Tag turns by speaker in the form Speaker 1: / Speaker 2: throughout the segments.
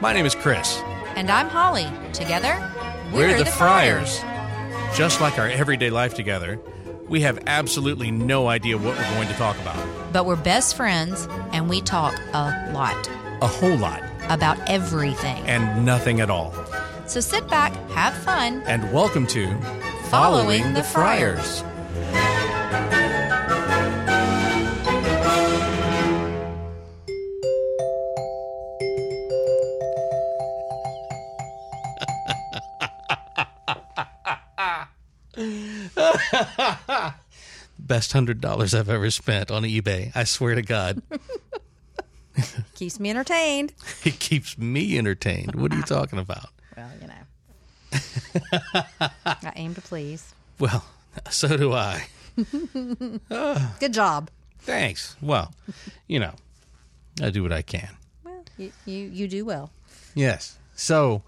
Speaker 1: My name is Chris.
Speaker 2: And I'm Holly. Together,
Speaker 1: We're, the, Friars. Just like our everyday life together, we have absolutely no idea what we're going to talk about.
Speaker 2: But we're best friends and we talk a lot
Speaker 1: A whole lot
Speaker 2: about everything.
Speaker 1: and nothing at all.
Speaker 2: So sit back, have fun.
Speaker 1: And welcome to
Speaker 2: Following the Friars.
Speaker 1: Best hundred dollars I've ever spent on eBay. I swear to God,
Speaker 2: Keeps me entertained.
Speaker 1: it keeps me entertained. What are you talking about?
Speaker 2: Well, you know. I aim to please.
Speaker 1: Well, so do I.
Speaker 2: Good job.
Speaker 1: Thanks. Well, you know, I do what I can.
Speaker 2: Well, you, you, you do well.
Speaker 1: Yes. So,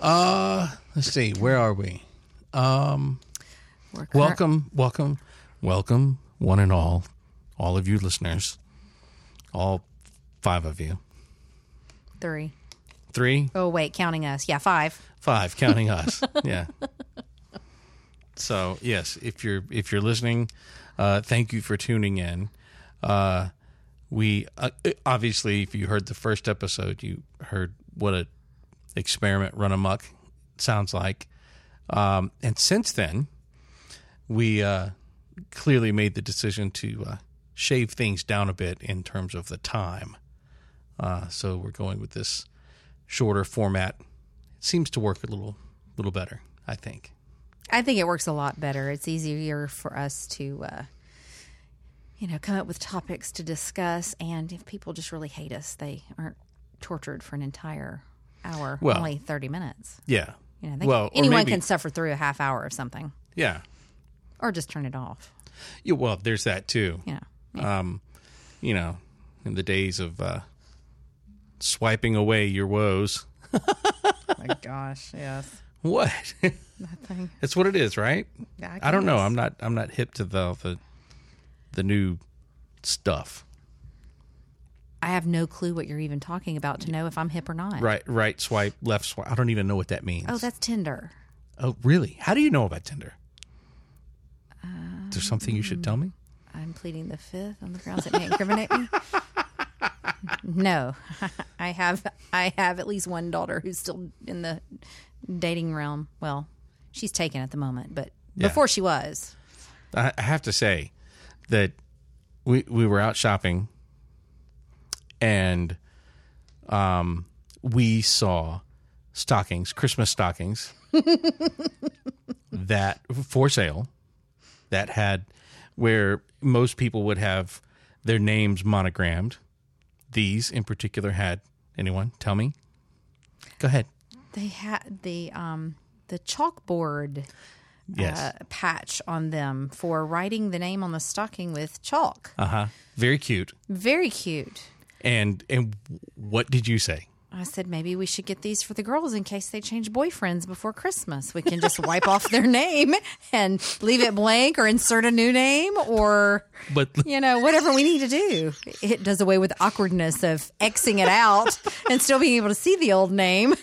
Speaker 1: uh, let's see. Where are we?
Speaker 2: We're cur-
Speaker 1: Welcome, welcome, welcome, one and all, all of you listeners, all five of you.
Speaker 2: Three.
Speaker 1: Three,
Speaker 2: Oh, wait, counting us. Yeah, five.
Speaker 1: five, counting us. Yeah. So yes, if you're if you're listening, uh, thank you for tuning in. Uh, we uh, obviously, if you heard the first episode, you heard what a experiment run amok sounds like. Um, and since then, we uh, clearly made the decision to uh, shave things down a bit in terms of the time. Uh, so we're going with this shorter format. It seems to work a little, little better, I think.
Speaker 2: I think it works a lot better. It's easier for us to, uh, you know, come up with topics to discuss. And if people just really hate us, they aren't tortured for an entire hour,
Speaker 1: Well-
Speaker 2: only 30 minutes.
Speaker 1: Yeah.
Speaker 2: You know, they,
Speaker 1: well, or
Speaker 2: anyone
Speaker 1: maybe-
Speaker 2: can suffer through a half hour or something,
Speaker 1: Yeah.
Speaker 2: or just turn it off.
Speaker 1: yeah. Well, there's that too.
Speaker 2: You know,
Speaker 1: You know, in the days of uh, swiping away your woes.
Speaker 2: Oh my gosh, yes,
Speaker 1: What?
Speaker 2: nothing.
Speaker 1: That's what it is, right?
Speaker 2: I
Speaker 1: I don't know. I'm not. I'm not hip to the the, the new stuff.
Speaker 2: I have no clue what you're even talking about to know if I'm hip or not.
Speaker 1: Right, right swipe, left swipe. I don't even know what that means.
Speaker 2: Oh, that's Tinder.
Speaker 1: Oh, really? How do you know about Tinder? Is there something you should tell me?
Speaker 2: I'm pleading the fifth on the grounds it may incriminate me. No, I have I have at least one daughter who's still in the dating realm. Well, she's taken at the moment, but
Speaker 1: Yeah.
Speaker 2: before she was,
Speaker 1: I I have to say that we we were out shopping and um we saw stockings, Christmas stockings that for sale that had where most people would have their names monogrammed. These in particular had anyone tell me? Go ahead.
Speaker 2: they had the um the chalkboard
Speaker 1: Yes.
Speaker 2: uh, patch on them for writing the name on the stocking with chalk.
Speaker 1: Uh-huh. Very cute.
Speaker 2: Very cute.
Speaker 1: And and what did you say?
Speaker 2: I said maybe we should get these for the girls in case they change boyfriends before Christmas. We can just wipe off their name and leave it blank or insert a new name or
Speaker 1: But
Speaker 2: you know whatever we need to do. It does away with the awkwardness of xing it out and still being able to see the old name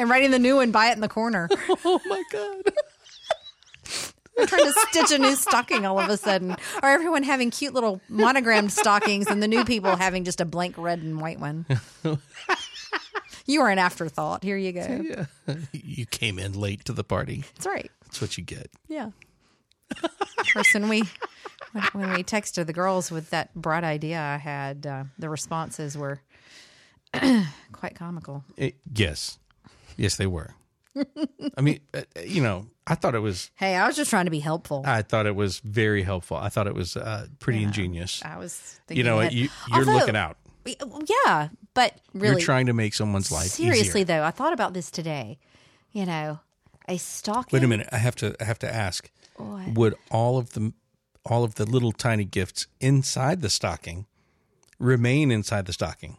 Speaker 2: and writing the new one by it in the corner.
Speaker 1: oh my god.
Speaker 2: We're trying to stitch a new stocking all of a sudden. Or everyone having cute little monogrammed stockings and the new people having just a blank red and white one. You are an afterthought. Here you go.
Speaker 1: Yeah. you came in late to the party.
Speaker 2: That's right.
Speaker 1: That's what you get.
Speaker 2: Yeah. Of course, when we when, when we texted the girls with that bright idea I had, uh, the responses were quite comical.
Speaker 1: It- yes. Yes, they were. I mean, uh, you know, I thought it was
Speaker 2: Hey, I was just trying to be helpful.
Speaker 1: I thought it was very helpful. I thought it was uh, pretty ingenious.
Speaker 2: I was, thinking
Speaker 1: You know,
Speaker 2: that-
Speaker 1: you, you're
Speaker 2: Although-
Speaker 1: looking out.
Speaker 2: Yeah, but really,
Speaker 1: You're trying to make someone's life
Speaker 2: seriously
Speaker 1: easier.
Speaker 2: though, I thought about this today. You know, a stocking.
Speaker 1: Wait a minute. I have to I have to ask.
Speaker 2: What?
Speaker 1: Would all of the all of the little tiny gifts inside the stocking remain inside the stocking?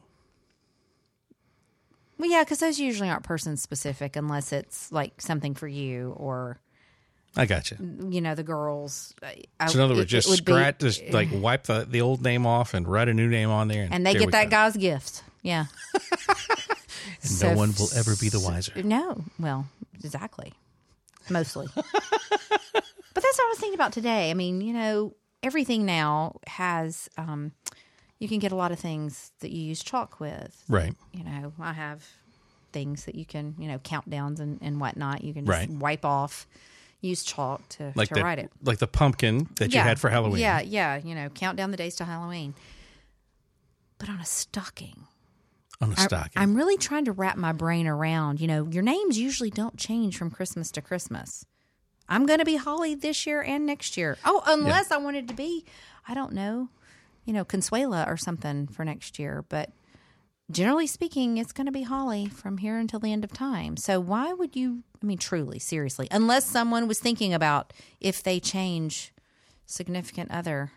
Speaker 2: Well, yeah, because those usually aren't person specific unless it's like something for you or
Speaker 1: I got you.
Speaker 2: you know the girls. I-
Speaker 1: So in other
Speaker 2: it-
Speaker 1: words, just
Speaker 2: it would be-
Speaker 1: scratch, just like wipe the, the old name off and write a new name on there, and,
Speaker 2: and they
Speaker 1: there
Speaker 2: get
Speaker 1: we
Speaker 2: that
Speaker 1: go.
Speaker 2: guy's gift. Yeah.
Speaker 1: and
Speaker 2: So
Speaker 1: no
Speaker 2: f-
Speaker 1: one will ever be the wiser.
Speaker 2: No. Well, exactly. Mostly. but that's what I was thinking about today. I mean, you know, everything now has, um, you can get a lot of things that you use chalk with.
Speaker 1: Right.
Speaker 2: You know, I have things that you can, you know, countdowns and, and whatnot. You can just
Speaker 1: Right.
Speaker 2: wipe off, use chalk to,
Speaker 1: Like
Speaker 2: to
Speaker 1: the
Speaker 2: write it.
Speaker 1: like the pumpkin that you had for Halloween.
Speaker 2: Yeah, yeah. You know, count down the days to Halloween. But on a stocking.
Speaker 1: On a stocking.
Speaker 2: I'm really trying to wrap my brain around, you know, your names usually don't change from Christmas to Christmas. I'm going to be Holly this year and next year. Oh, unless I wanted to be, I don't know, you know, Consuela or something for next year. But generally speaking, it's going to be Holly from here until the end of time. So why would you, I mean, truly, seriously, unless someone was thinking about if they change significant other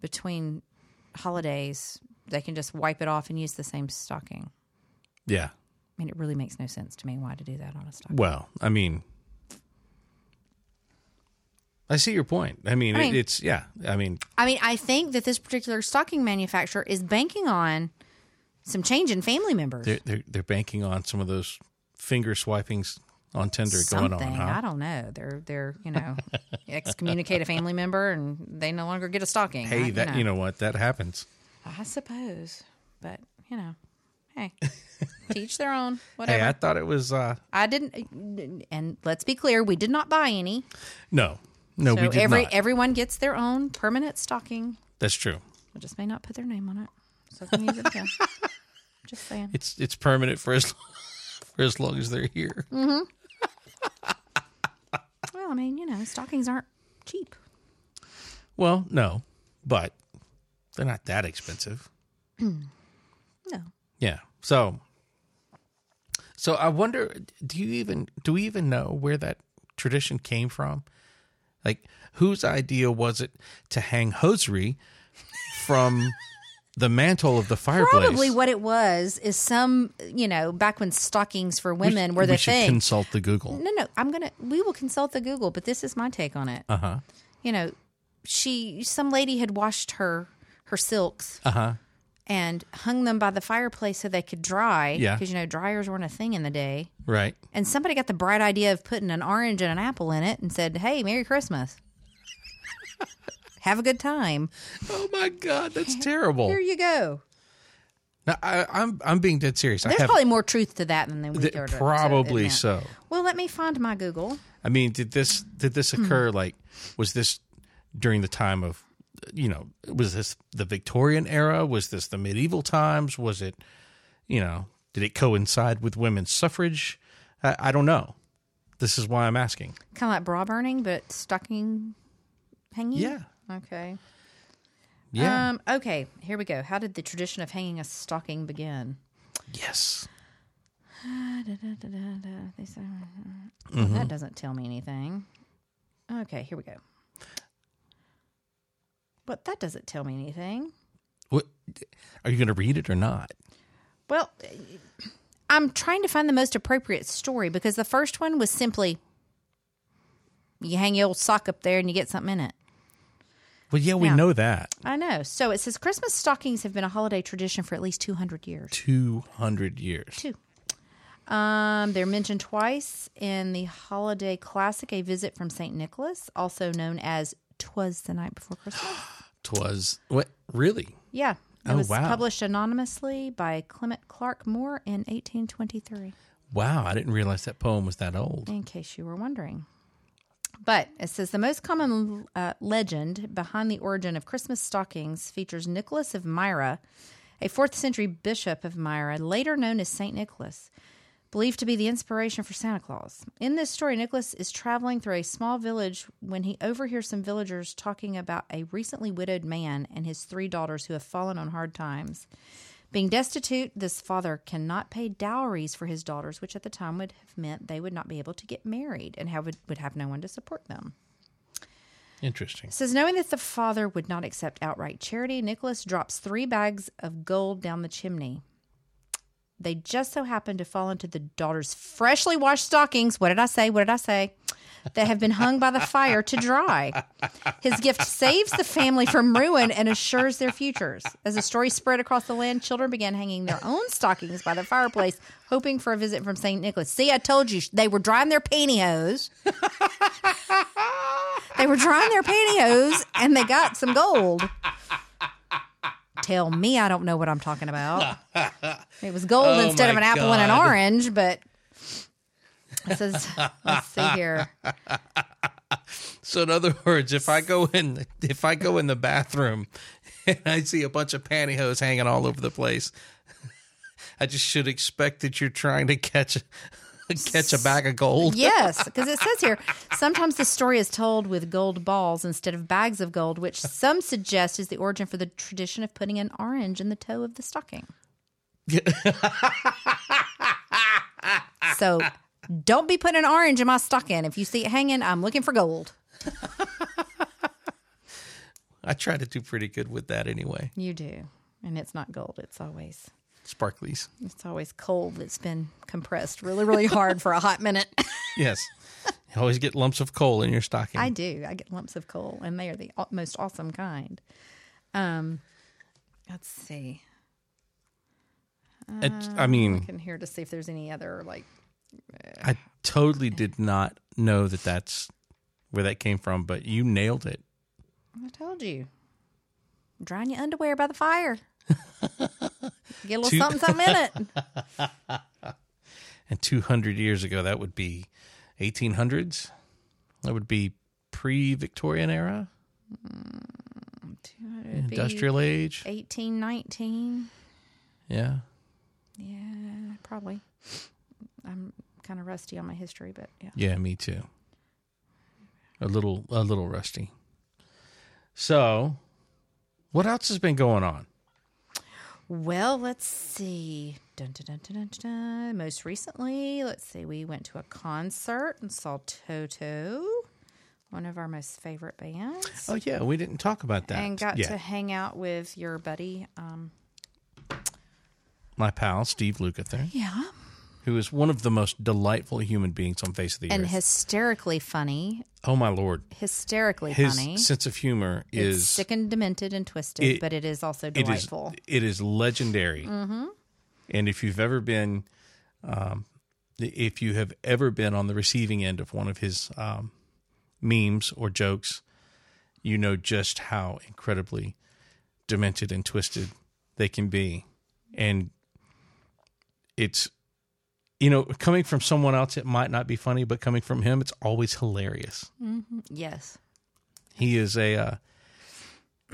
Speaker 2: between holidays, they can just wipe it off and use the same stocking.
Speaker 1: yeah.
Speaker 2: I mean, it really makes no sense to me why to do that on a stocking.
Speaker 1: Well, I mean, I see your point. I mean,
Speaker 2: I mean-
Speaker 1: it, it's yeah. I mean,
Speaker 2: I mean, I think that this particular stocking manufacturer is banking on some change in family members.
Speaker 1: they're they're, they're banking on some of those finger swipings on Tinder
Speaker 2: Something
Speaker 1: going on.
Speaker 2: I
Speaker 1: Huh?
Speaker 2: don't know. They're they're you know excommunicate a family member and they no longer get a stocking. I-
Speaker 1: Hey, that you know what that happens.
Speaker 2: I suppose, but you know, hey, teach their own. Whatever.
Speaker 1: Hey, I thought it was uh
Speaker 2: I didn't. And let's be clear, we did not buy any.
Speaker 1: no, no,
Speaker 2: So
Speaker 1: we did
Speaker 2: every
Speaker 1: not.
Speaker 2: everyone gets their own permanent stocking.
Speaker 1: That's true.
Speaker 2: I just may not put their name on it, so they can use it again. just saying.
Speaker 1: It's it's permanent for as for as long as they're here.
Speaker 2: Well, I mean, you know, stockings aren't cheap.
Speaker 1: Well, no, but they're not that expensive.
Speaker 2: No.
Speaker 1: Yeah. So so I wonder do you even do we even know where that tradition came from? Like whose idea was it to hang hosiery from the mantle of the fireplace?
Speaker 2: Probably what it was is some, you know, back when stockings for women were the
Speaker 1: we should
Speaker 2: thing.
Speaker 1: consult the Google.
Speaker 2: no, no, I'm going to, we will consult the Google, but this is my take on it.
Speaker 1: Uh huh.
Speaker 2: You know, she, some lady had washed her, her silks
Speaker 1: Uh huh.
Speaker 2: and hung them by the fireplace so they could dry.
Speaker 1: Yeah.
Speaker 2: Because, you know, dryers weren't a thing in the day.
Speaker 1: Right.
Speaker 2: And somebody got the bright idea of putting an orange and an apple in it and said, hey, Merry Christmas. Have a good time.
Speaker 1: Oh my God, that's terrible.
Speaker 2: Here you go.
Speaker 1: No, I, I'm I'm being dead serious. I
Speaker 2: There's
Speaker 1: have
Speaker 2: probably more truth to that than, than we
Speaker 1: th-
Speaker 2: care to- to
Speaker 1: probably
Speaker 2: admit.
Speaker 1: so.
Speaker 2: Well, let me find my Google.
Speaker 1: I mean, did this did this
Speaker 2: Hmm.
Speaker 1: occur? Like, was this during the time of, you know, was this the Victorian era? Was this the medieval times? Was it, you know, did it coincide with women's suffrage? I, I don't know. This is why I'm asking.
Speaker 2: Kind of like bra burning, but stocking hanging.
Speaker 1: Yeah.
Speaker 2: Okay.
Speaker 1: Yeah.
Speaker 2: Um, okay. Here we go. How did the tradition of hanging a stocking begin?
Speaker 1: yes.
Speaker 2: They say- "Mm-hmm." That doesn't tell me anything. Okay. Here we go. But that doesn't tell me anything.
Speaker 1: What are you going to read it or not?
Speaker 2: Well, eh, I'm trying to find the most appropriate story because the first one was simply you hang your old sock up there and you get something in it.
Speaker 1: Well, yeah, we
Speaker 2: Yeah.
Speaker 1: know that.
Speaker 2: I know. So it says Christmas stockings have been a holiday tradition for at least 200 years.
Speaker 1: Two hundred years.
Speaker 2: Two. Um, they're mentioned twice in the holiday classic, A Visit from St. Nicholas, also known as Twas the Night Before Christmas.
Speaker 1: Twas what really?
Speaker 2: Yeah. It
Speaker 1: Oh,
Speaker 2: was
Speaker 1: wow.
Speaker 2: published anonymously by Clement Clark Moore in 1823.
Speaker 1: Wow, I didn't realize that poem was that old.
Speaker 2: in case you were wondering. But it says the most common uh, legend behind the origin of Christmas stockings features Nicholas of Myra, a fourth century bishop of Myra, later known as St. Nicholas, believed to be the inspiration for Santa Claus. In this story, Nicholas is traveling through a small village when he overhears some villagers talking about a recently widowed man and his three daughters who have fallen on hard times. Being destitute, this father cannot pay dowries for his daughters, which at the time would have meant they would not be able to get married and have, would have no one to support them.
Speaker 1: Interesting.
Speaker 2: It says, knowing that the father would not accept outright charity, Nicholas drops three bags of gold down the chimney. They just so happen to fall into the daughter's freshly washed stockings. What did I say? What did I say? that have been hung by the fire to dry. His gift saves the family from ruin and assures their futures. As the story spread across the land, children began hanging their own stockings by the fireplace, hoping for a visit from St. Nicholas. See, I told you they were drying their pantyhose. they were drying their pantyhose and they got some gold. Tell me I don't know what I'm talking about. It was gold
Speaker 1: Oh,
Speaker 2: instead of
Speaker 1: my
Speaker 2: an apple and an
Speaker 1: God.
Speaker 2: orange, but it says, let's see here.
Speaker 1: So in other words, if I go in if I go in the bathroom and I see a bunch of pantyhose hanging all over the place, I just should expect that you're trying to catch catch a bag of gold.
Speaker 2: Yes, because it says here sometimes the story is told with gold balls instead of bags of gold, which some suggest is the origin for the tradition of putting an orange in the toe of the stocking. so don't be putting an orange in my stocking. If you see it hanging, I'm looking for gold.
Speaker 1: I try to do pretty good with that anyway.
Speaker 2: You do. And it's not gold, it's always
Speaker 1: Sparklies.
Speaker 2: it's always coal that's been compressed really, really hard for a hot minute.
Speaker 1: Yes. You always get lumps of coal in your stocking.
Speaker 2: I do. I get lumps of coal, and they are the au- most awesome kind. Um, let's see.
Speaker 1: It- I mean,
Speaker 2: Can here to see if there's any other like.
Speaker 1: I totally did not know that that's where that came from, but you nailed it.
Speaker 2: I told you, drying your underwear by the fire. Get a little
Speaker 1: Two-
Speaker 2: something, something in it.
Speaker 1: And 200 years ago, that would be 1800s. That would be pre-Victorian era, industrial age.
Speaker 2: Eighteen, nineteen.
Speaker 1: Yeah.
Speaker 2: Yeah, probably. I'm kind of rusty on my history, but yeah.
Speaker 1: Yeah, me too. A little a little rusty. So, what else has been going on?
Speaker 2: Well, let's see. Dun, dun, dun, dun, dun, dun, dun. Most recently, let's see, we went to a concert and saw Toto, one of our most favorite bands,
Speaker 1: Oh yeah, we didn't talk about that.
Speaker 2: and got
Speaker 1: yet.
Speaker 2: to hang out with your buddy. Um,
Speaker 1: my pal Steve Lukather,
Speaker 2: yeah,
Speaker 1: who is one of the most delightful human beings on face of the
Speaker 2: and
Speaker 1: earth.
Speaker 2: hysterically funny,
Speaker 1: oh my lord,
Speaker 2: hysterically
Speaker 1: his
Speaker 2: funny.
Speaker 1: sense of humor
Speaker 2: It's
Speaker 1: is
Speaker 2: sick and demented and twisted,
Speaker 1: It-
Speaker 2: but it is also
Speaker 1: it is
Speaker 2: delightful.
Speaker 1: it is legendary. And if you've ever been, um, if you have ever been on the receiving end of one of his um, memes or jokes, you know just how incredibly demented and twisted they can be, and it's. You know, coming from someone else, it might not be funny, but coming from him, it's always hilarious.
Speaker 2: yes.
Speaker 1: He is a uh,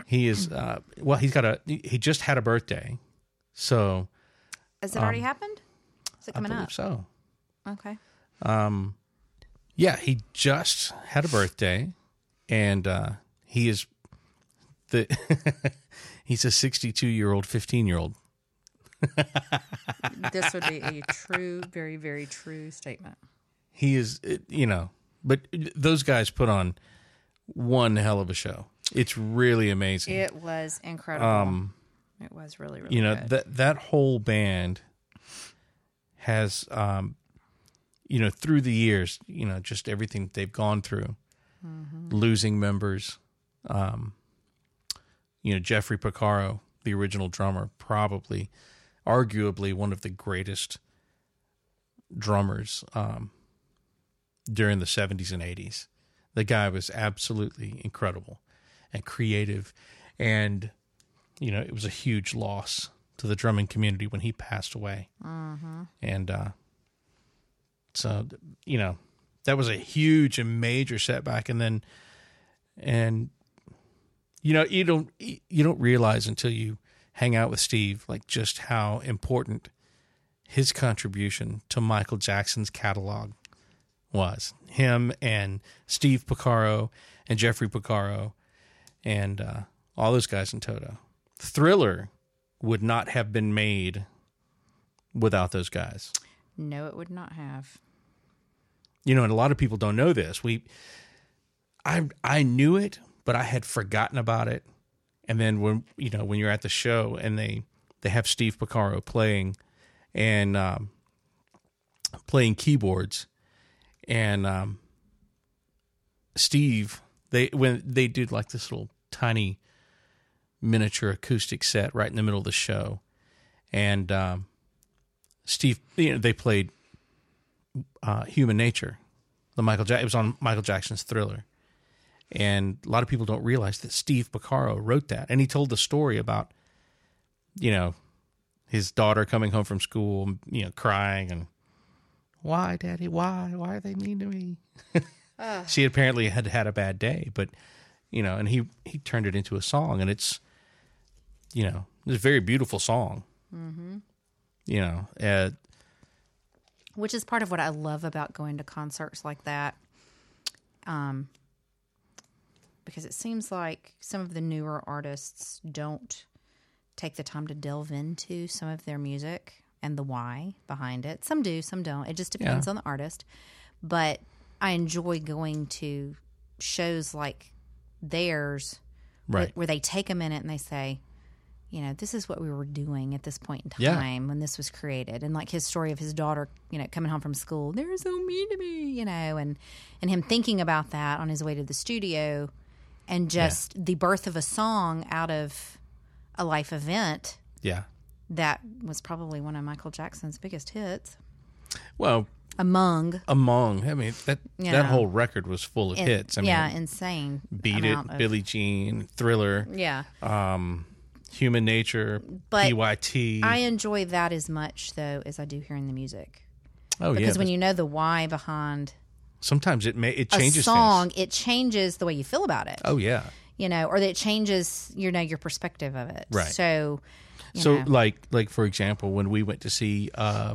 Speaker 1: he is uh, well. He's got a he just had a birthday, so
Speaker 2: Has it already happened? Is it
Speaker 1: Um, I
Speaker 2: coming
Speaker 1: believe
Speaker 2: up?
Speaker 1: so.
Speaker 2: Okay.
Speaker 1: Yeah, he just had a birthday, and uh, he is the he's a sixty two year old, fifteen year old.
Speaker 2: this would be a true, very, very true statement.
Speaker 1: He is uh, you know, but those guys put on one hell of a show. It's really amazing.
Speaker 2: It was incredible. it was really, really
Speaker 1: Um, you know
Speaker 2: good.
Speaker 1: that that whole band has um you know through the years you know just everything that they've gone through
Speaker 2: Mm-hmm.
Speaker 1: losing members um you know jeffrey picaro the original drummer probably arguably one of the greatest drummers um during the 70s and 80s the guy was absolutely incredible and creative and you know, it was a huge loss to the drumming community when he passed away. And uh, so, you know, that was a huge and major setback. And then, and you know, you don't you don't realize until you hang out with Steve, like just how important his contribution to Michael Jackson's catalog was. Him and Steve Picaro and Jeffrey Picaro and uh, all those guys in Toto. Thriller would not have been made without those guys.
Speaker 2: no, it would not have.
Speaker 1: You know, and a lot of people don't know this. We, I, I knew it, but I had forgotten about it. And then when you know when you're at the show and they they have Steve Picaro playing and um, playing keyboards, and um, Steve, they when they did like this little tiny miniature acoustic set right in the middle of the show, and um, Steve, you know, they played uh, Human Nature, the Michael Jack. It was on Michael Jackson's Thriller, and a lot of people don't realize that Steve Picaro wrote that, and he told the story about, you know, his daughter coming home from school, you know, crying and why, Daddy, why, why are they mean to me? she apparently had had a bad day, but you know, and he he turned it into a song, and it's you know, it's a very beautiful song. Mm-hmm. You know, uh,
Speaker 2: which is part of what I love about going to concerts like that. Um, because it seems like some of the newer artists don't take the time to delve into some of their music and the why behind it. Some do, some don't. It just depends
Speaker 1: Yeah.
Speaker 2: on the artist. But I enjoy going to shows like theirs where-
Speaker 1: right?
Speaker 2: where they take a minute and they say, you know, this is what we were doing at this point in time
Speaker 1: Yeah.
Speaker 2: when this was created. And like his story of his daughter, you know, coming home from school, they're so mean to me, you know, and and him thinking about that on his way to the studio and just the birth of a song out of a life event
Speaker 1: yeah.
Speaker 2: that was probably one of Michael Jackson's biggest hits.
Speaker 1: Well,
Speaker 2: Among
Speaker 1: among I mean that
Speaker 2: You
Speaker 1: that
Speaker 2: know.
Speaker 1: whole record was full of hits. I mean,
Speaker 2: yeah, insane.
Speaker 1: Beat It,
Speaker 2: amount of-
Speaker 1: Billie Jean, Thriller,
Speaker 2: Yeah.
Speaker 1: Human Nature,
Speaker 2: But
Speaker 1: PYT.
Speaker 2: I enjoy that as much though as I do hearing the music.
Speaker 1: oh yeah,
Speaker 2: because when you know the why behind
Speaker 1: sometimes it may it
Speaker 2: a
Speaker 1: changes
Speaker 2: song,
Speaker 1: things.
Speaker 2: it changes the way you feel about it.
Speaker 1: Oh yeah.
Speaker 2: You know, or that it changes you know your perspective of it.
Speaker 1: Right.
Speaker 2: So, you
Speaker 1: So
Speaker 2: know,
Speaker 1: like like for example, when we went to see uh,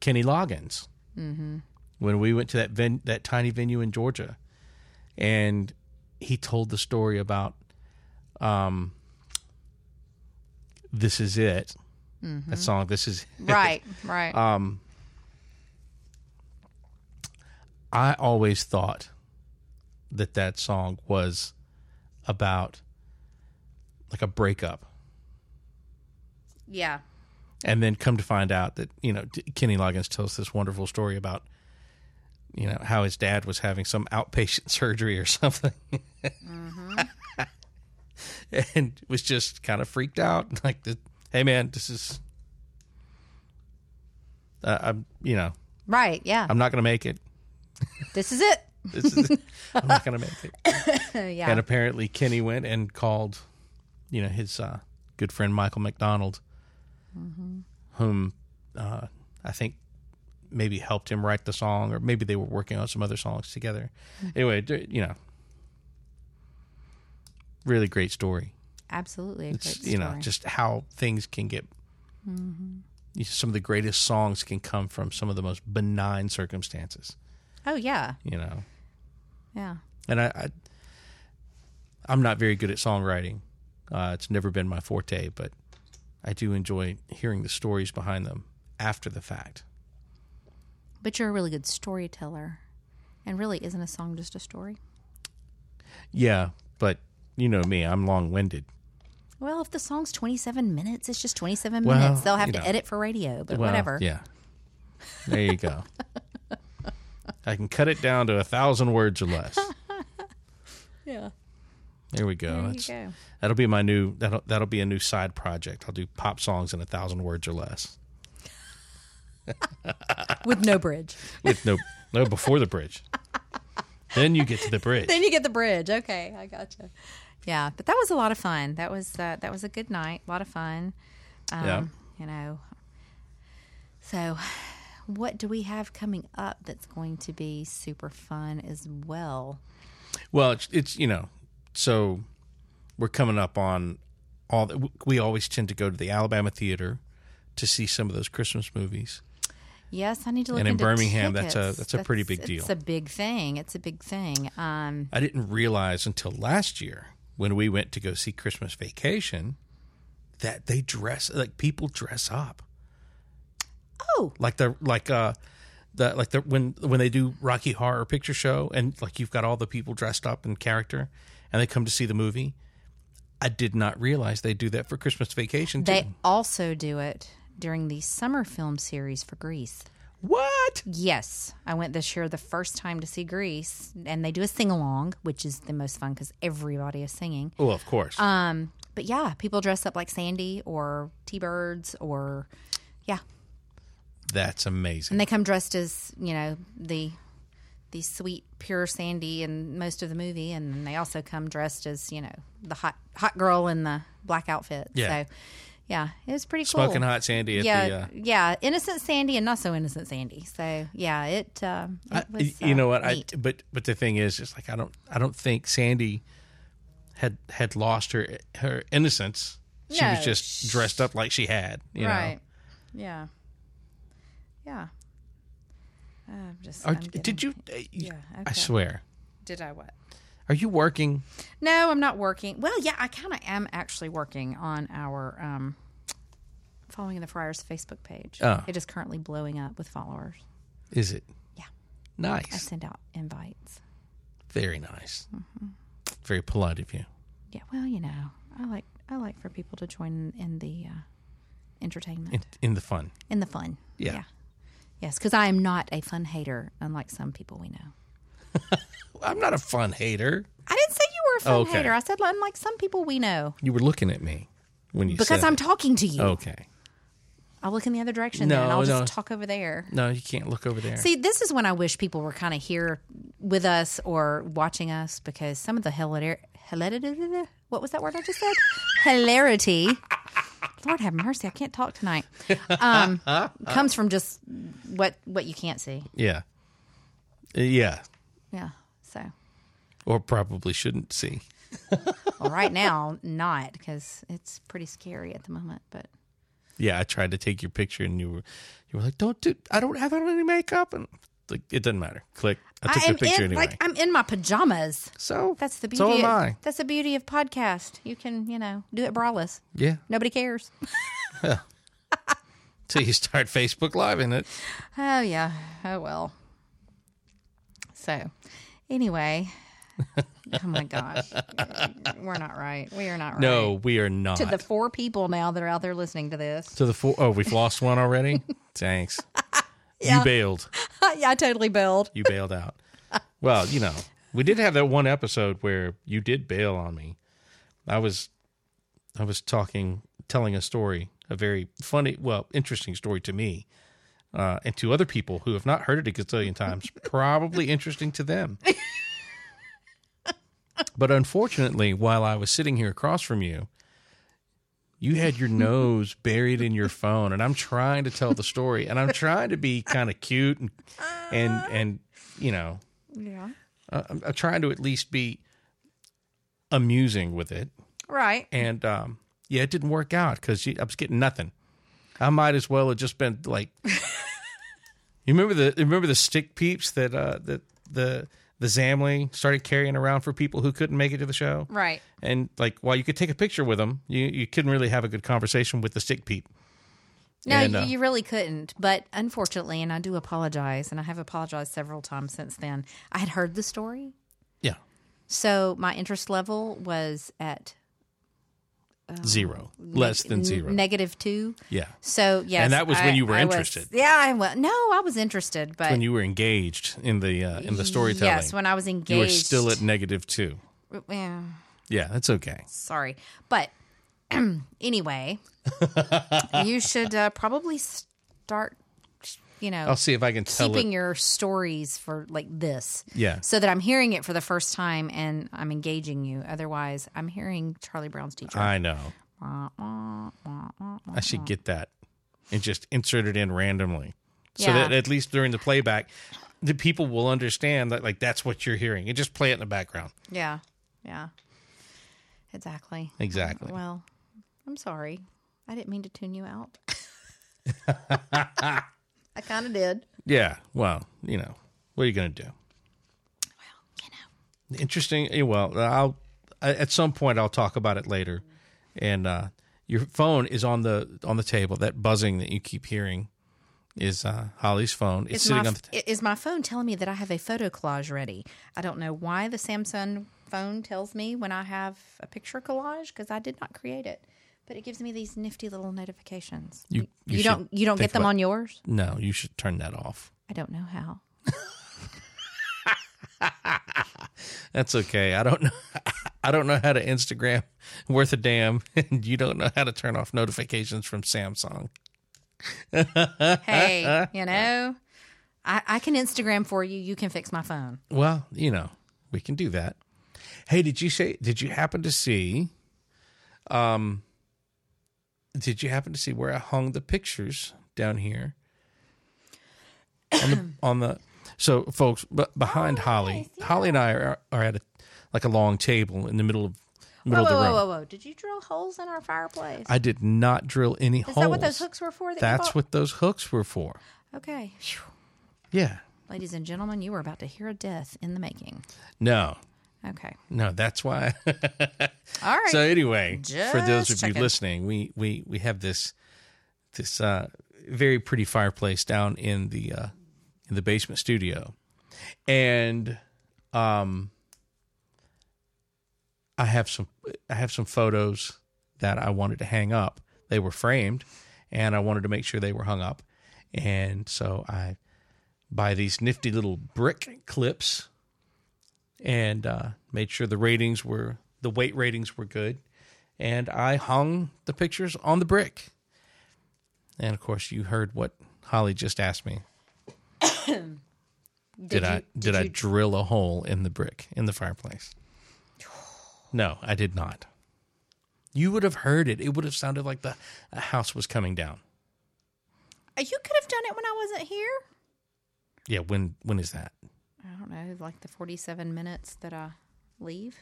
Speaker 1: Kenny Loggins,
Speaker 2: Mm-hmm.
Speaker 1: when we went to that ven- that tiny venue in Georgia, and he told the story about, um, this is it,
Speaker 2: Mm-hmm.
Speaker 1: that song. This is It.
Speaker 2: right, right.
Speaker 1: Uh, Um, I always thought that that song was about like a breakup.
Speaker 2: yeah.
Speaker 1: and then come to find out that you know T- Kenny Loggins tells this wonderful story about you know how his dad was having some outpatient surgery or something, and was just kind of freaked out. Like, th- hey man, this is uh, I'm you know
Speaker 2: Right, yeah.
Speaker 1: I'm not gonna make it.
Speaker 2: this is it.
Speaker 1: This is, I'm not gonna make it.
Speaker 2: yeah.
Speaker 1: And apparently Kenny went and called, you know, his uh, good friend Michael McDonald,
Speaker 2: Mm-hmm.
Speaker 1: whom uh, I think maybe helped him write the song, or maybe they were working on some other songs together.
Speaker 2: Mm-hmm.
Speaker 1: Anyway, d- you know, really great story.
Speaker 2: Absolutely. A great
Speaker 1: It's,
Speaker 2: story. Mm-hmm.
Speaker 1: you know, just how things can get. you- Some of the greatest songs can come from some of the most benign circumstances,
Speaker 2: Oh yeah.
Speaker 1: you know.
Speaker 2: Yeah.
Speaker 1: and I, I I'm not very good at songwriting. Uh, it's never been my forte, but I do enjoy hearing the stories behind them after the fact.
Speaker 2: But you're a really good storyteller. And really isn't a song just a story?
Speaker 1: Yeah, but you know me, I'm long-winded.
Speaker 2: Well, if the song's 27 minutes, it's just 27
Speaker 1: Well,
Speaker 2: minutes. They'll have
Speaker 1: you
Speaker 2: to
Speaker 1: know.
Speaker 2: edit for radio, but
Speaker 1: Well,
Speaker 2: whatever.
Speaker 1: Yeah. There you go. I can cut it down to a thousand words or less.
Speaker 2: Yeah.
Speaker 1: There we go.
Speaker 2: There you
Speaker 1: That's-
Speaker 2: go.
Speaker 1: That'll be my new that'll that'll be a new side project. I'll do pop songs in a thousand words or less.
Speaker 2: With no bridge.
Speaker 1: With no no before the bridge. Then you get to the bridge.
Speaker 2: then you get the bridge. Okay, I gotcha. Yeah, but that was a lot of fun. That was uh, that was a good night. A lot of fun. Um,
Speaker 1: Yeah.
Speaker 2: You know. So, what do we have coming up that's going to be super fun as well?
Speaker 1: Well, it's, it's you know, so we're coming up on all the, we always tend to go to the Alabama Theater to see some of those Christmas movies.
Speaker 2: Yes, I need to look
Speaker 1: And in
Speaker 2: into
Speaker 1: Birmingham, that's a-
Speaker 2: tickets.
Speaker 1: that's a pretty big
Speaker 2: It's
Speaker 1: deal.
Speaker 2: a big thing. It's a big thing. Um,
Speaker 1: I didn't realize until last year when we went to go see Christmas Vacation that they dress like people dress up.
Speaker 2: oh,
Speaker 1: Like the like uh the like the when when they do Rocky Horror Picture Show and like you've got all the people dressed up in character and they come to see the movie. I did not realize they do that for Christmas Vacation too.
Speaker 2: they also do it during the summer film series for Greece.
Speaker 1: What?
Speaker 2: Yes, I went this year the first time to see Grease, and they do a sing along, which is the most fun because everybody is singing.
Speaker 1: Well, Oh, of course.
Speaker 2: Um, but yeah, people dress up like Sandy or T Birds or yeah,
Speaker 1: That's amazing.
Speaker 2: and they come dressed as you know the the sweet pure Sandy in most of the movie, and they also come dressed as you know the hot hot girl in the black outfit.
Speaker 1: Yeah.
Speaker 2: So yeah, it was pretty cool.
Speaker 1: Smoking hot Sandy at
Speaker 2: yeah,
Speaker 1: the. Uh,
Speaker 2: yeah, innocent Sandy and not so innocent Sandy. So yeah, it. Uh, it
Speaker 1: I-
Speaker 2: was,
Speaker 1: you
Speaker 2: uh,
Speaker 1: know what?
Speaker 2: neat.
Speaker 1: I but but the thing is, it's like I don't I don't think Sandy had had lost her her innocence. She was
Speaker 2: No,
Speaker 1: just dressed up like she had. You
Speaker 2: right.
Speaker 1: Know?
Speaker 2: Yeah. Yeah. I'm just.
Speaker 1: Are,
Speaker 2: I'm getting-
Speaker 1: did you? uh, you-
Speaker 2: Yeah. I've
Speaker 1: I
Speaker 2: got-
Speaker 1: swear.
Speaker 2: Did I what?
Speaker 1: Are you working?
Speaker 2: No, I'm not working. Well, yeah, I kind of am actually working on our um, following the Friars Facebook page.
Speaker 1: Oh.
Speaker 2: It is currently blowing up with followers.
Speaker 1: Is it?
Speaker 2: Yeah. I
Speaker 1: Nice.
Speaker 2: send out invites.
Speaker 1: Very nice.
Speaker 2: Mm-hmm.
Speaker 1: Very polite of you.
Speaker 2: Yeah, well, you know, I like I like for people to join in the uh, entertainment,
Speaker 1: In, in the fun.
Speaker 2: in the fun.
Speaker 1: Yeah.
Speaker 2: Yes, because I am not a fun hater, unlike some people we know.
Speaker 1: I'm not a fun hater.
Speaker 2: I didn't say you were a fun
Speaker 1: Oh, Okay.
Speaker 2: hater. I said unlike some people we know.
Speaker 1: You were looking at me when you
Speaker 2: Because
Speaker 1: said
Speaker 2: I'm
Speaker 1: it.
Speaker 2: talking to you.
Speaker 1: okay.
Speaker 2: I'll look in the other direction then and
Speaker 1: No,
Speaker 2: I'll just
Speaker 1: no.
Speaker 2: talk over there.
Speaker 1: No, you can't look over there.
Speaker 2: See, this is when I wish people were kind of here with us or watching us because some of the hilar- hilar- what was that word I just said? Hilarity. Lord have mercy, I can't talk tonight. Um, comes from just what what you can't see.
Speaker 1: yeah. Uh, Yeah.
Speaker 2: Yeah. So,
Speaker 1: Or probably shouldn't see.
Speaker 2: well, right now, not because it's pretty scary at the moment. But
Speaker 1: Yeah, I tried to take your picture and you were you were like, Don't do I don't have any makeup and like it doesn't matter. Click. I took
Speaker 2: am
Speaker 1: the picture
Speaker 2: in
Speaker 1: anyway.
Speaker 2: like I'm in my pajamas.
Speaker 1: so
Speaker 2: That's the beauty.
Speaker 1: So am
Speaker 2: of,
Speaker 1: I.
Speaker 2: That's the beauty of podcast. You can you know do it braless.
Speaker 1: Yeah.
Speaker 2: Nobody cares.
Speaker 1: Till you start Facebook Live in it.
Speaker 2: Oh yeah. Oh well. So, anyway, oh my gosh, we're not right. We are not right.
Speaker 1: No, we are not.
Speaker 2: To the four people now that are out there listening to this,
Speaker 1: to the four oh, we've lost one already? Thanks. You bailed.
Speaker 2: yeah, I totally bailed.
Speaker 1: You bailed out. well, you know, we did have that one episode where you did bail on me. I was I was talking telling a story, a very funny, well, interesting story to me. Uh, and to other people who have not heard it a gazillion times, probably interesting to them. but unfortunately, while I was sitting here across from you, you had your nose buried in your phone, and I'm trying to tell the story, and I'm trying to be kind of cute and and and you know
Speaker 2: Yeah.
Speaker 1: uh, I'm, I'm trying to at least be amusing with it
Speaker 2: Right.
Speaker 1: and um yeah it didn't work out because i was getting nothing i might as well have just been like you remember the remember the stick peeps that uh that the the zamley started carrying around for people who couldn't make it to the show
Speaker 2: Right.
Speaker 1: and like while you could take a picture with them you you couldn't really have a good conversation with the stick peep
Speaker 2: No,
Speaker 1: And,
Speaker 2: you,
Speaker 1: uh,
Speaker 2: you really couldn't. But unfortunately, and I do apologize, and I have apologized several times since then. I had heard the story,
Speaker 1: yeah
Speaker 2: so my interest level was at
Speaker 1: zero less than
Speaker 2: Oh. n-
Speaker 1: zero
Speaker 2: negative two.
Speaker 1: yeah
Speaker 2: So yes,
Speaker 1: And that was when
Speaker 2: I-
Speaker 1: you were
Speaker 2: I was-
Speaker 1: interested.
Speaker 2: yeah, I was. No, I was interested, but
Speaker 1: when you were engaged in the uh, in the storytelling
Speaker 2: Yes, when I was engaged.
Speaker 1: You are still at negative two.
Speaker 2: Yeah,
Speaker 1: Yeah, that's okay.
Speaker 2: sorry, but anyway, you should uh, probably start. You know,
Speaker 1: I'll see if I can tell
Speaker 2: keeping
Speaker 1: it.
Speaker 2: your stories for like this.
Speaker 1: Yeah.
Speaker 2: So that I'm hearing it for the first time and I'm engaging you. Otherwise, I'm hearing Charlie Brown's teacher.
Speaker 1: I know. I should get that and just insert it in randomly, so
Speaker 2: Yeah.
Speaker 1: that at least during the playback, the people will understand that like that's what you're hearing, and just play it in the background.
Speaker 2: yeah. Yeah. Exactly.
Speaker 1: Exactly.
Speaker 2: Well, I'm sorry. I didn't mean to tune you out. I kind of did.
Speaker 1: Yeah. Well, you know, what are you going to do? Interesting. eh, Well, I'll I- at some point I'll talk about it later. And uh, your phone is on the on the table. That buzzing that you keep hearing is uh, Holly's phone. It's,
Speaker 2: Is
Speaker 1: sitting
Speaker 2: my,
Speaker 1: on the table.
Speaker 2: i- is my phone telling me that I have a photo collage ready? I don't know why the Samsung phone tells me when I have a picture collage because I did not create it. but it gives me these nifty little notifications.
Speaker 1: You- you should
Speaker 2: don't you don't
Speaker 1: think
Speaker 2: get them
Speaker 1: about-
Speaker 2: on yours?
Speaker 1: No, you should turn that off.
Speaker 2: I don't know how.
Speaker 1: That's okay. I don't know. I don't know how to Instagram worth a damn, and you don't know how to turn off notifications from Samsung.
Speaker 2: Hey, you know, I, I can Instagram for you. You can fix my phone.
Speaker 1: Well, you know, we can do that. Hey, did you say? Did you happen to see? Um, did you happen to see where I hung the pictures down here? On the, on the so folks, but behind
Speaker 2: Oh,
Speaker 1: Holly, Holly and I are, are at a like a long table in the middle of middle
Speaker 2: whoa,
Speaker 1: of the
Speaker 2: whoa,
Speaker 1: room.
Speaker 2: whoa, whoa, whoa! Did you drill holes in our fireplace?
Speaker 1: I did not drill any
Speaker 2: Is
Speaker 1: holes.
Speaker 2: that what those hooks were for? That
Speaker 1: That's
Speaker 2: you
Speaker 1: what those hooks were for.
Speaker 2: bought? Okay, Phew.
Speaker 1: Yeah.
Speaker 2: ladies and gentlemen, you were about to hear a death in the making.
Speaker 1: No.
Speaker 2: Okay,
Speaker 1: No, that's why.
Speaker 2: all right.
Speaker 1: so anyway, for those
Speaker 2: Just
Speaker 1: of you
Speaker 2: checking.
Speaker 1: listening, we we we have this this uh, very pretty fireplace down in the uh, in the basement studio, and um, I have some I have some photos that I wanted to hang up. They were framed, and I wanted to make sure they were hung up, and so I buy these nifty little brick clips and uh, made sure the ratings were the weight ratings were good, and I hung the pictures on the brick. And of course, you heard what Holly just asked me. did, I
Speaker 2: you-
Speaker 1: did, I drill a hole in the brick in the fireplace? No, I did not. You would have heard it. It would have sounded like the a house was coming down.
Speaker 2: Uh, You could have done it when I wasn't here.
Speaker 1: Yeah, when when is that?
Speaker 2: I don't know, like the forty-seven minutes that I leave.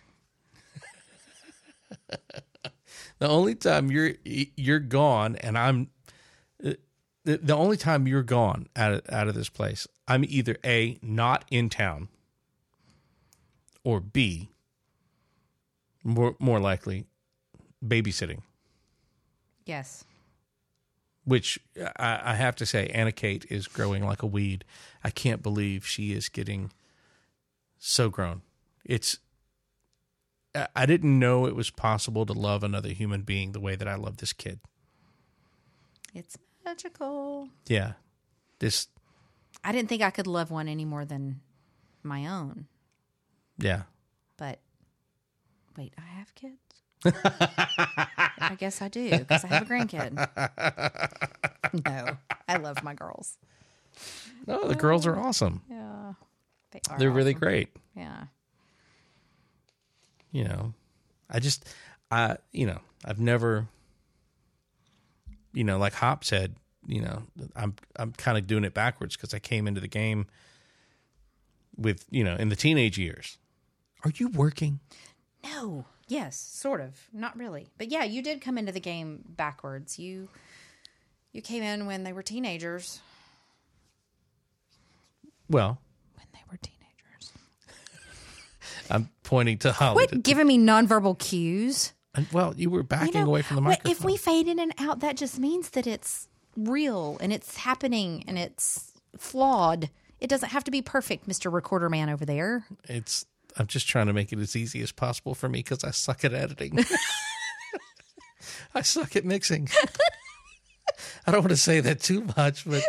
Speaker 1: The only time you're you're gone and I'm the the only time you're gone out of, out of this place, I'm either A not in town or B more more likely babysitting,
Speaker 2: Yes.
Speaker 1: which I, I have to say Anna Kate is growing like a weed. I can't believe she is getting so grown. It's I- I didn't know it was possible to love another human being the way that I love this kid.
Speaker 2: It's magical.
Speaker 1: Yeah. This
Speaker 2: I didn't think I could love one any more than my own,
Speaker 1: yeah.
Speaker 2: but wait, I have kids. I guess I do because I have a grandkid. No, I love my girls.
Speaker 1: No, the girls are awesome.
Speaker 2: Yeah, they are.
Speaker 1: They're really
Speaker 2: awesome.
Speaker 1: great.
Speaker 2: Yeah,
Speaker 1: You know. I just I you know, I've never you know, like Hop said, you know, I'm I'm kind of doing it backwards cuz I came into the game with, you know, in the teenage years. Are you working?
Speaker 2: No. Yes, sort of. Not really. But yeah, you did come into the game backwards. You you came in when they were teenagers.
Speaker 1: Well,
Speaker 2: When they were teenagers.
Speaker 1: I'm pointing to Holly.
Speaker 2: Quit giving me nonverbal cues.
Speaker 1: And- Well, you were backing away from the
Speaker 2: wait,
Speaker 1: microphone.
Speaker 2: if we fade in and out, that just means that it's real and it's happening and it's flawed. It doesn't have to be perfect, Mr. Recorder Man over there.
Speaker 1: it's I'm just trying to make it as easy as possible for me because I suck at editing. I suck at mixing. I don't want to say that too much, but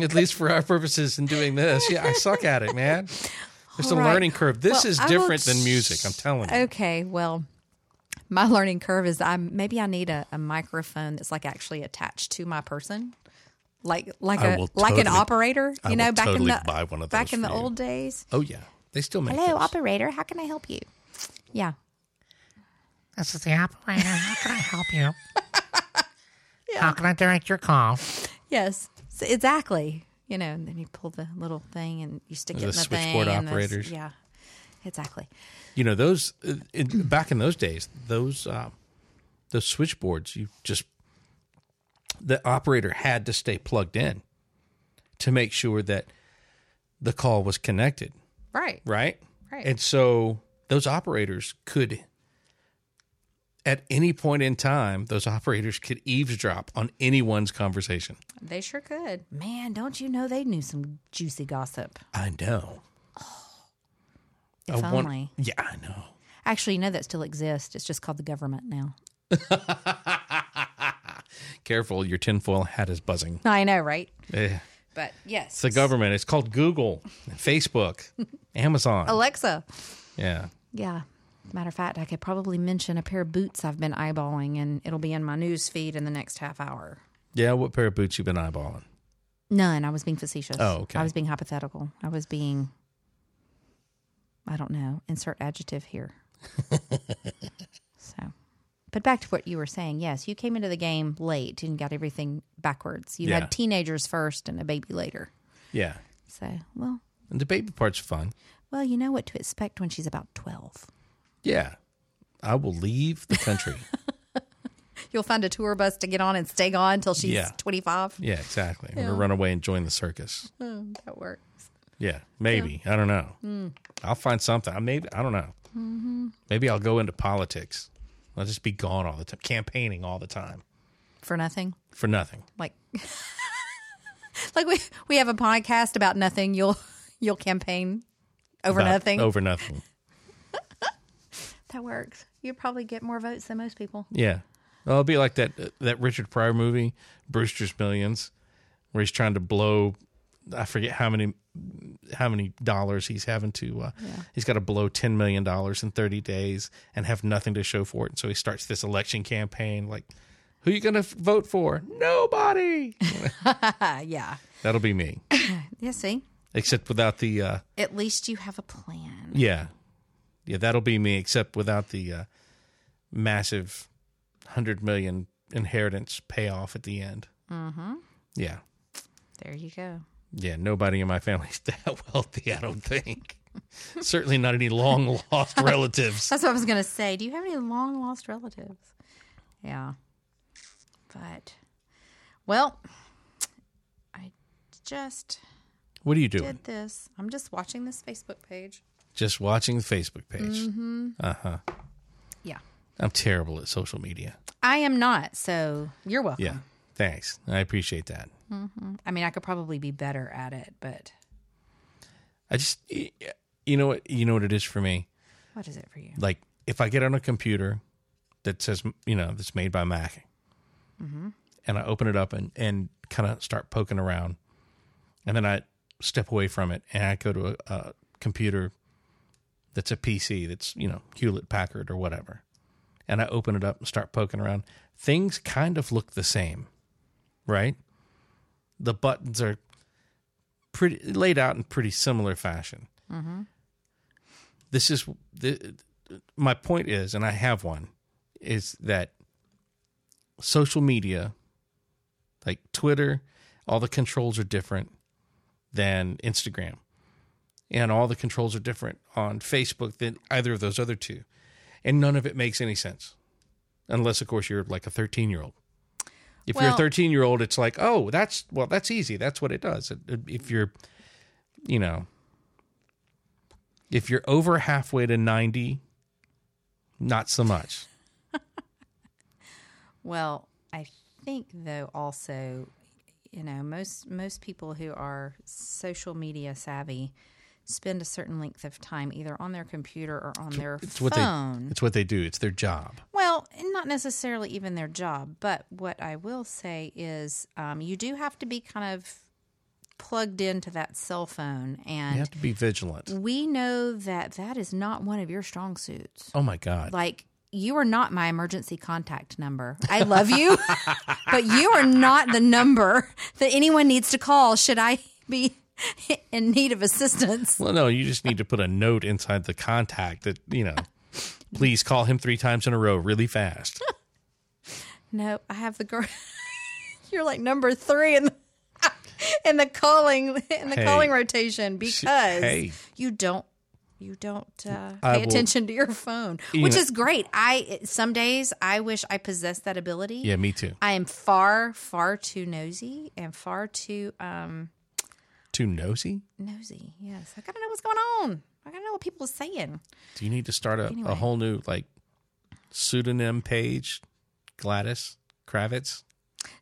Speaker 1: at least for our purposes in doing this, yeah, I suck at it, man. There's
Speaker 2: All
Speaker 1: a
Speaker 2: right.
Speaker 1: learning curve. This
Speaker 2: Well,
Speaker 1: is
Speaker 2: I will
Speaker 1: different than
Speaker 2: ch-
Speaker 1: music. I'm telling you.
Speaker 2: Okay, well, my learning curve is I'm maybe I need a, a microphone that's like actually attached to my person, like like
Speaker 1: I
Speaker 2: a
Speaker 1: will
Speaker 2: like an
Speaker 1: totally-
Speaker 2: operator.
Speaker 1: I
Speaker 2: you know,
Speaker 1: will
Speaker 2: back in
Speaker 1: totally
Speaker 2: the
Speaker 1: buy one of
Speaker 2: back
Speaker 1: those
Speaker 2: in the
Speaker 1: for you.
Speaker 2: old days.
Speaker 1: Oh yeah, they still make
Speaker 2: Hello,
Speaker 1: those.
Speaker 2: operator. How can I help you? Yeah,
Speaker 3: This is the operator. How can I help you? How can I direct your call?
Speaker 2: yes, S- exactly. You know, and then you pull the little thing and you stick it
Speaker 1: The
Speaker 2: in the
Speaker 1: switchboard
Speaker 2: thing. and this-
Speaker 1: operators.
Speaker 2: Yeah, exactly.
Speaker 1: you know those uh, in, back in those days those uh, those switchboards you just the operator had to stay plugged in to make sure that the call was connected
Speaker 2: Right.
Speaker 1: right
Speaker 2: Right.
Speaker 1: and so those operators could at any point in time those operators could eavesdrop on anyone's conversation
Speaker 2: They sure could. Man, don't you know they knew some juicy gossip?
Speaker 1: i know
Speaker 2: If
Speaker 1: I want-
Speaker 2: only.
Speaker 1: yeah i know
Speaker 2: Actually, you know that still exists. It's just called the government now.
Speaker 1: Careful, your tinfoil hat is buzzing.
Speaker 2: I know, right?
Speaker 1: Eh,
Speaker 2: But yes.
Speaker 1: It's the government. It's called Google, Facebook, Amazon.
Speaker 2: Alexa.
Speaker 1: yeah.
Speaker 2: Yeah. Matter of fact, I could probably mention a pair of boots I've been eyeballing and it'll be in my news feed in the next half hour.
Speaker 1: Yeah, what pair of boots you been eyeballing?
Speaker 2: None. I was being facetious.
Speaker 1: Oh, okay.
Speaker 2: I was being hypothetical. I was being, I don't know, insert adjective here. so, but back to what you were saying. Yes, you came into the game late and got everything backwards. You
Speaker 1: Yeah.
Speaker 2: had teenagers first and a baby later.
Speaker 1: Yeah.
Speaker 2: So, well,
Speaker 1: And the baby part's fun.
Speaker 2: well, you know what to expect when she's about 12.
Speaker 1: Yeah. I will leave the country.
Speaker 2: You'll find a tour bus to get on and stay on until she's
Speaker 1: Yeah.
Speaker 2: 25.
Speaker 1: yeah, exactly. I'm going to run away and join the circus.
Speaker 2: Oh, That works.
Speaker 1: Yeah, Hmm. maybe. I don't know. I'll find something. I maybe I don't know. Maybe I'll go into politics. I'll just be gone all the time, campaigning all the time
Speaker 2: For nothing.
Speaker 1: for nothing.
Speaker 2: Like, like we, we have a podcast about nothing. You'll, you'll campaign over
Speaker 1: About-
Speaker 2: nothing.
Speaker 1: Over nothing.
Speaker 2: That works. You'd probably get more votes than most people.
Speaker 1: Yeah. Well, it'll be like that uh, that Richard Pryor movie, Brewster's Millions, where he's trying to blow. I forget how many how many dollars he's having to. Uh, He's got to blow ten million dollars in thirty days and have nothing to show for it. And so he starts this election campaign like. Who you gonna f- vote for? Nobody.
Speaker 2: Uh, yeah.
Speaker 1: That'll be me,
Speaker 2: Yeah, see?
Speaker 1: except without the uh,
Speaker 2: At least you have a plan.
Speaker 1: yeah, yeah. That'll be me, except without the uh, massive hundred million inheritance payoff at the end. Mm-hmm. Yeah,
Speaker 2: There you go.
Speaker 1: yeah. Nobody in my family's that wealthy. I don't think. Certainly not any long lost relatives.
Speaker 2: That's what I was going to say. Do you have any long lost relatives? Yeah. But, well, I just
Speaker 1: What are you doing?
Speaker 2: did this. I'm just watching this Facebook page.
Speaker 1: Just watching the Facebook page.
Speaker 2: Yeah.
Speaker 1: I'm terrible at social media.
Speaker 2: I am not. So you're welcome.
Speaker 1: Yeah. Thanks. I appreciate that.
Speaker 2: I mean, I could probably be better at it, but
Speaker 1: I just, y- y- you know what, you know what it is for me.
Speaker 2: what is it for you?
Speaker 1: like if I get on a computer that says you know that's made by Mac, and I open it up and and kind of start poking around, and then I step away from it and I go to a, a computer that's a PC that's you know Hewlett Packard or whatever, and I open it up and start poking around, things kind of look the same, right? The buttons are pretty laid out in pretty similar fashion this is the, my point is and i have one is that social media like twitter all the controls are different than instagram and all the controls are different on facebook than either of those other two and none of it makes any sense unless of course you're like a 13 year old if you're a
Speaker 2: Well-
Speaker 1: 13 year old it's like oh that's well that's easy that's what it does if you're you know if you're over halfway to 90, not so much.
Speaker 2: Well, I think though also, you know, most most people who are social media savvy spend a certain length of time either on their computer or on their
Speaker 1: It's what
Speaker 2: phone.
Speaker 1: they it's what they do. It's their job.
Speaker 2: Well, and not necessarily even their job, but what I will say is, um, you do have to be kind of plugged into that cell phone,
Speaker 1: You
Speaker 2: and
Speaker 1: have to be vigilant.
Speaker 2: we know that that is not one of your strong suits
Speaker 1: Oh my god.
Speaker 2: like you are not my emergency contact number. I love you, but you are not the number that anyone needs to call should I be in need of assistance.
Speaker 1: Well, no, you just need to put a note inside the contact that, you know, please call him 3 times in a row really fast.
Speaker 2: No, I have the girl. You're like number 3 in the, in the calling in the
Speaker 1: Hey.
Speaker 2: calling rotation because
Speaker 1: hey.
Speaker 2: you don't you don't uh,
Speaker 1: I
Speaker 2: pay
Speaker 1: will-
Speaker 2: attention to your phone,
Speaker 1: You
Speaker 2: which
Speaker 1: know-
Speaker 2: is great. I some days I wish I possessed that ability.
Speaker 1: Yeah, me too.
Speaker 2: I am far, far too nosy and far too um
Speaker 1: Too nosy?
Speaker 2: nosy. Yes. I gotta know what's going on. I gotta know what people are saying.
Speaker 1: Do you need to start a,
Speaker 2: Anyway.
Speaker 1: a whole new like pseudonym page? Gladys Kravitz?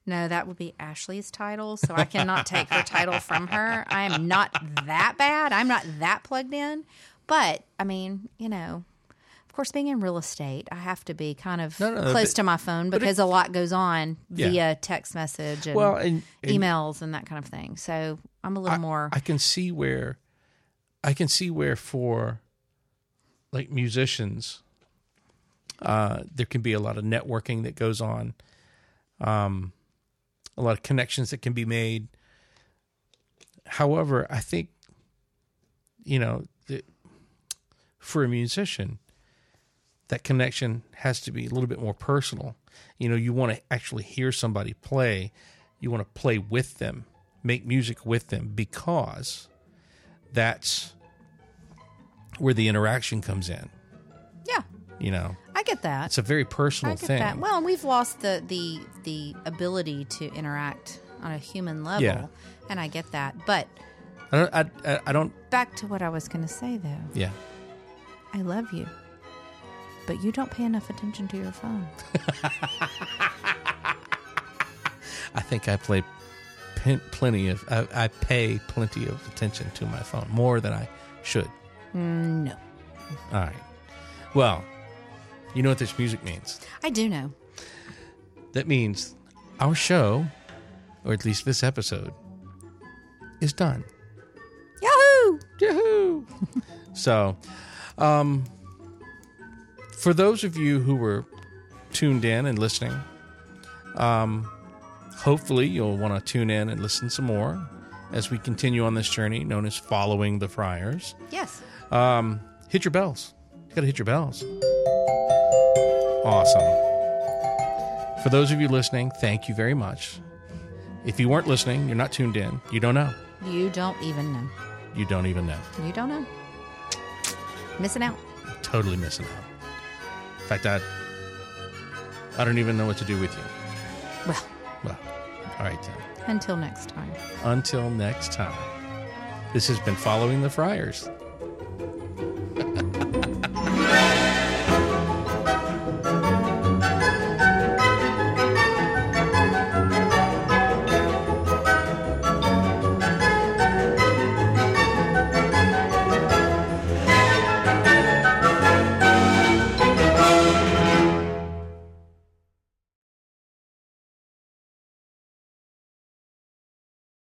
Speaker 2: No, that would be Ashley's title, so I cannot take her title from her. I am not that bad. I'm not that plugged in. But I mean, you know, of course, being in real estate, I have to be kind of
Speaker 1: No, no, no,
Speaker 2: close
Speaker 1: but-
Speaker 2: to my phone because a lot goes on
Speaker 1: Yeah.
Speaker 2: via text message and,
Speaker 1: Well, and, and
Speaker 2: emails and that kind of thing. So I'm a little
Speaker 1: I,
Speaker 2: more.
Speaker 1: I can see where, I can see where for, like musicians, uh, there can be a lot of networking that goes on, um, a lot of connections that can be made. However, I think, you know, the, for a musician, that connection has to be a little bit more personal. You know, you want to actually hear somebody play, you want to play with them, make music with them, because that's where the interaction comes in.
Speaker 2: yeah,
Speaker 1: You know,
Speaker 2: I get that.
Speaker 1: it's a very personal
Speaker 2: I get
Speaker 1: thing.
Speaker 2: that. Well, and we've lost the the the ability to interact on a human level,
Speaker 1: Yeah.
Speaker 2: and I get that. But
Speaker 1: I don't, I, I- I don't,
Speaker 2: back to what I was going to say, though,
Speaker 1: yeah.
Speaker 2: I love you, but you don't pay enough attention to your phone.
Speaker 1: I think I play pen, plenty of, I, I pay plenty of attention to my phone, more than I should.
Speaker 2: Mm, No,
Speaker 1: All right. Well, you know what this music means.
Speaker 2: I do know.
Speaker 1: That means our show, or at least this episode, is done.
Speaker 2: Yahoo!
Speaker 1: Yahoo! so, um, for those of you who were tuned in and listening, um, hopefully you'll want to tune in and listen some more as we continue on this journey known as following the friars.
Speaker 2: Yes,
Speaker 1: Um, hit your bells. You gotta hit your bells. Awesome. For those of you listening, thank you very much. If you weren't listening, you're not tuned in, you don't know.
Speaker 2: you don't even know.
Speaker 1: You don't even know.
Speaker 2: You don't know. Missing out.
Speaker 1: Totally missing out. In fact, I I don't even know what to do with you.
Speaker 2: Well,
Speaker 1: Well, all right then.
Speaker 2: until next time.
Speaker 1: Until next time. This has been Following the Friars.